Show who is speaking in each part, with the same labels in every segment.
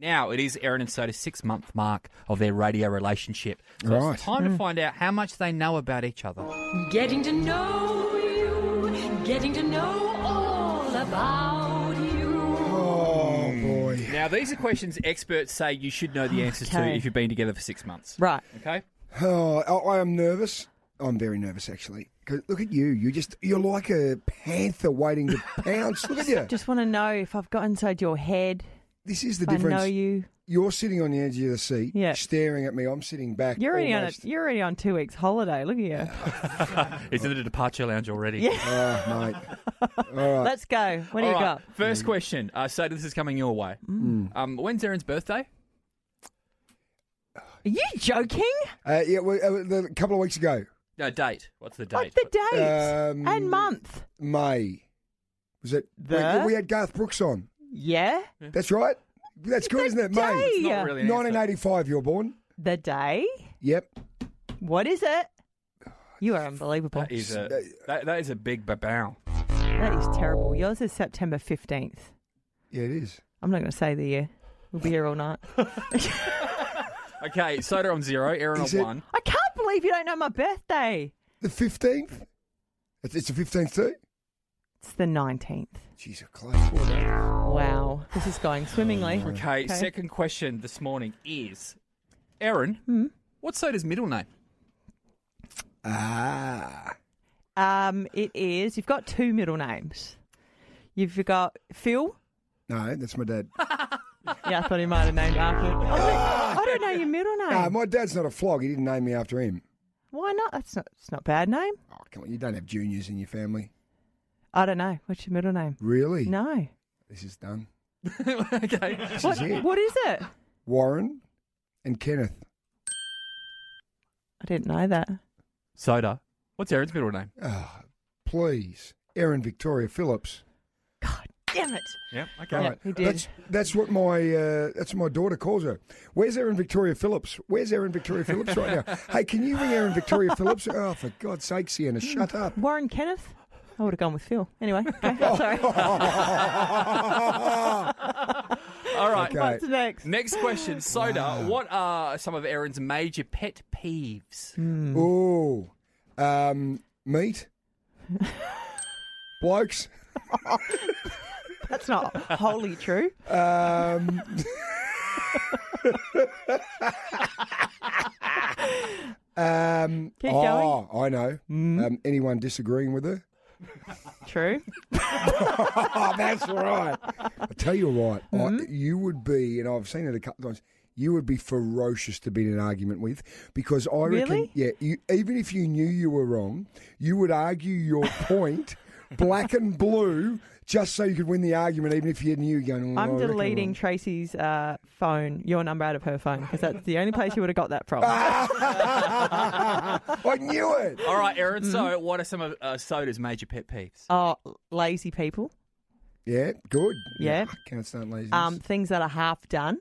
Speaker 1: Now it is Erin and Soda's six month mark of their radio relationship. So
Speaker 2: Right.
Speaker 1: it's
Speaker 3: Mm.
Speaker 1: time to find out how much they know about each other.
Speaker 4: Getting to know you, getting to know all about you.
Speaker 2: Oh
Speaker 3: Hmm.
Speaker 2: boy.
Speaker 1: Now these are questions experts say you should know the answers to
Speaker 3: Okay.
Speaker 1: if you've been together for six months.
Speaker 3: Right.
Speaker 1: Okay?
Speaker 2: Oh, I, I am nervous. I'm very nervous actually. 'Cause Look at you. You just you're like a panther waiting to pounce. Look at you.
Speaker 3: Just want to know if I've got inside your head.
Speaker 2: This is the
Speaker 3: If I know
Speaker 2: difference.
Speaker 3: you.
Speaker 2: You're sitting on the edge of the seat,
Speaker 3: Yeah.
Speaker 2: staring at me. I'm sitting back.
Speaker 3: You're already on a,
Speaker 2: almost.
Speaker 3: You're already on two weeks holiday. Look at you.
Speaker 1: It's in the departure lounge already.
Speaker 3: Yeah.
Speaker 2: Oh, mate.
Speaker 3: Let's go. What do
Speaker 1: All
Speaker 3: you
Speaker 1: right,
Speaker 3: got?
Speaker 2: Mm.
Speaker 1: First question. Uh, so this is coming your way. Um, when's Erin's birthday?
Speaker 3: Are you joking?
Speaker 2: Uh, yeah, well, uh, the- a couple of weeks ago,
Speaker 1: No date. What's the date?
Speaker 3: Like the date
Speaker 2: Um,
Speaker 3: and month.
Speaker 2: May was it?
Speaker 3: The-
Speaker 2: We, we had Garth Brooks on.
Speaker 3: Yeah.
Speaker 2: That's right. That's good, isn't it?
Speaker 3: day.
Speaker 2: May
Speaker 1: It's
Speaker 3: Yeah.
Speaker 1: not really an answer.
Speaker 2: 1985. You were born.
Speaker 3: The day.
Speaker 2: Yep.
Speaker 3: What is it? You are unbelievable.
Speaker 1: That is a that, that is a big babow.
Speaker 3: That is terrible. Yours is September 15th.
Speaker 2: Yeah, it is.
Speaker 3: I'm not going to say the year. We'll be here all night.
Speaker 1: Okay, Soda on zero, Erin on
Speaker 2: Is it-
Speaker 1: one.
Speaker 3: I can't believe you don't know my birthday.
Speaker 2: The 15th. It's, it's the 15th too.
Speaker 3: It's the 19th.
Speaker 2: Jeez, a close. What about-
Speaker 3: Wow. This is going swimmingly.
Speaker 2: Oh,
Speaker 1: Okay, second question this morning is Erin,
Speaker 2: Hmm?
Speaker 1: what's Soda's middle name?
Speaker 2: Ah.
Speaker 3: Um, it is. You've got two middle names. You've got Phil.
Speaker 2: No, that's my dad.
Speaker 3: Yeah, I thought he might have named after. I, was like, I don't know your middle name.
Speaker 2: Ah, my dad's not a flog. He didn't name me after him.
Speaker 3: Why not? That's not. It's not a bad name.
Speaker 2: Oh, come on. You don't have juniors in your family.
Speaker 3: I don't know. What's your middle name?
Speaker 2: Really?
Speaker 3: No.
Speaker 2: This is done.
Speaker 1: okay.
Speaker 3: What,
Speaker 2: it.
Speaker 3: what is it? I
Speaker 2: Warren and Kenneth.
Speaker 3: didn't know that.
Speaker 1: Soda, what's Erin's middle name?
Speaker 2: Ah, please. Erin Victoria Phillips.
Speaker 3: God damn it!
Speaker 1: Yeah, okay.
Speaker 3: Yeah, he did.
Speaker 2: That's that's what my uh, that's what my daughter calls her. Where's Erin Victoria Phillips? Where's Erin Victoria Phillips right now? Hey, can you ring Erin Victoria Phillips? Oh, for God's sake, Sienna, shut up.
Speaker 3: Warren Kenneth. I would have gone with Phil. Anyway, okay, sorry.
Speaker 1: All right.
Speaker 2: Okay.
Speaker 3: What's next?
Speaker 1: Next question, Soda, what are some of Erin's major pet peeves?
Speaker 2: Hmm. Ooh, um, meat, blokes,
Speaker 3: That's not wholly true.
Speaker 2: um, um,
Speaker 3: Keep
Speaker 2: oh, I know. Um, anyone disagreeing with her?
Speaker 3: True.
Speaker 2: Oh, that's right. I tell you what,
Speaker 3: Mm-hmm.
Speaker 2: I, you would be, and I've seen it a couple of times. You would be ferocious to be in an argument with because I reckon,
Speaker 3: Really?
Speaker 2: yeah, you, even if you knew you were wrong, you would argue your point, black and blue, just so you could win the argument, even if you knew you were going. Oh, I
Speaker 3: I'm
Speaker 2: reckon I'm
Speaker 3: deleting Tracy's uh, phone, your number out of her phone, because that's the only place you would have got that from.
Speaker 1: Ah!
Speaker 2: wrong." I knew it.
Speaker 1: All right, Erin, so
Speaker 2: Mm-hmm.
Speaker 1: what are some of uh, Soda's major pet peeves?
Speaker 2: Uh,
Speaker 3: Oh, lazy people.
Speaker 2: Yeah, good.
Speaker 3: Yeah.
Speaker 2: can't stand laziness. Oh,
Speaker 3: Um, things that are half done.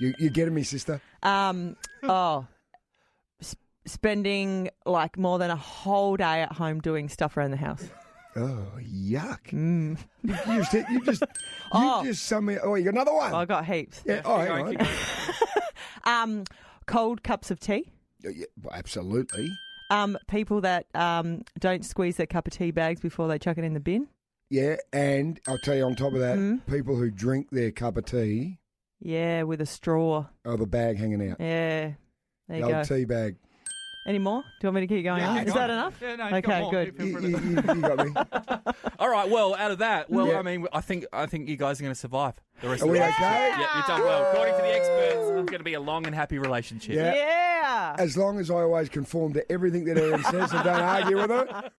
Speaker 2: you, you're getting me, sister.
Speaker 3: Um, oh, sp- spending like more than a whole day at home doing stuff around the house. Mm.
Speaker 2: Oh, yuck! You, you just, you just, you
Speaker 3: Oh.
Speaker 2: just sum me. Oh, you got another one.
Speaker 3: I got heaps.
Speaker 2: Yeah, oh, hang
Speaker 1: going,
Speaker 2: on.
Speaker 1: keep going.
Speaker 3: Um, cold cups of tea.
Speaker 2: Yeah, yeah, well, absolutely.
Speaker 3: Um, people that um, don't squeeze their cup of tea bags before they chuck it in the bin.
Speaker 2: Yeah, and I'll tell you on top of that,
Speaker 3: Hmm?
Speaker 2: people who drink their cup of tea
Speaker 3: Yeah, with a straw.
Speaker 2: oh, the bag hanging out.
Speaker 3: Yeah. There
Speaker 2: the
Speaker 3: you
Speaker 2: old
Speaker 3: go.
Speaker 2: tea bag.
Speaker 3: Any more? Do you want me to keep going
Speaker 1: Yeah,
Speaker 3: on?
Speaker 1: keep
Speaker 3: Is
Speaker 1: going.
Speaker 3: that enough?
Speaker 1: Yeah, no, you've got
Speaker 3: okay,
Speaker 1: more.
Speaker 3: good.
Speaker 2: You, you- you- you got me.
Speaker 1: All right. Well, out of that, well,
Speaker 2: Yeah.
Speaker 1: I mean, I think I think you guys are going to survive the rest
Speaker 2: Are
Speaker 1: of
Speaker 2: we
Speaker 1: the
Speaker 2: okay?
Speaker 1: Yeah, you've done well. According to the experts, it's going to be a long and happy relationship.
Speaker 2: Yeah.
Speaker 3: Yeah.
Speaker 2: As long as I always conform to everything that Erin says and don't argue with her,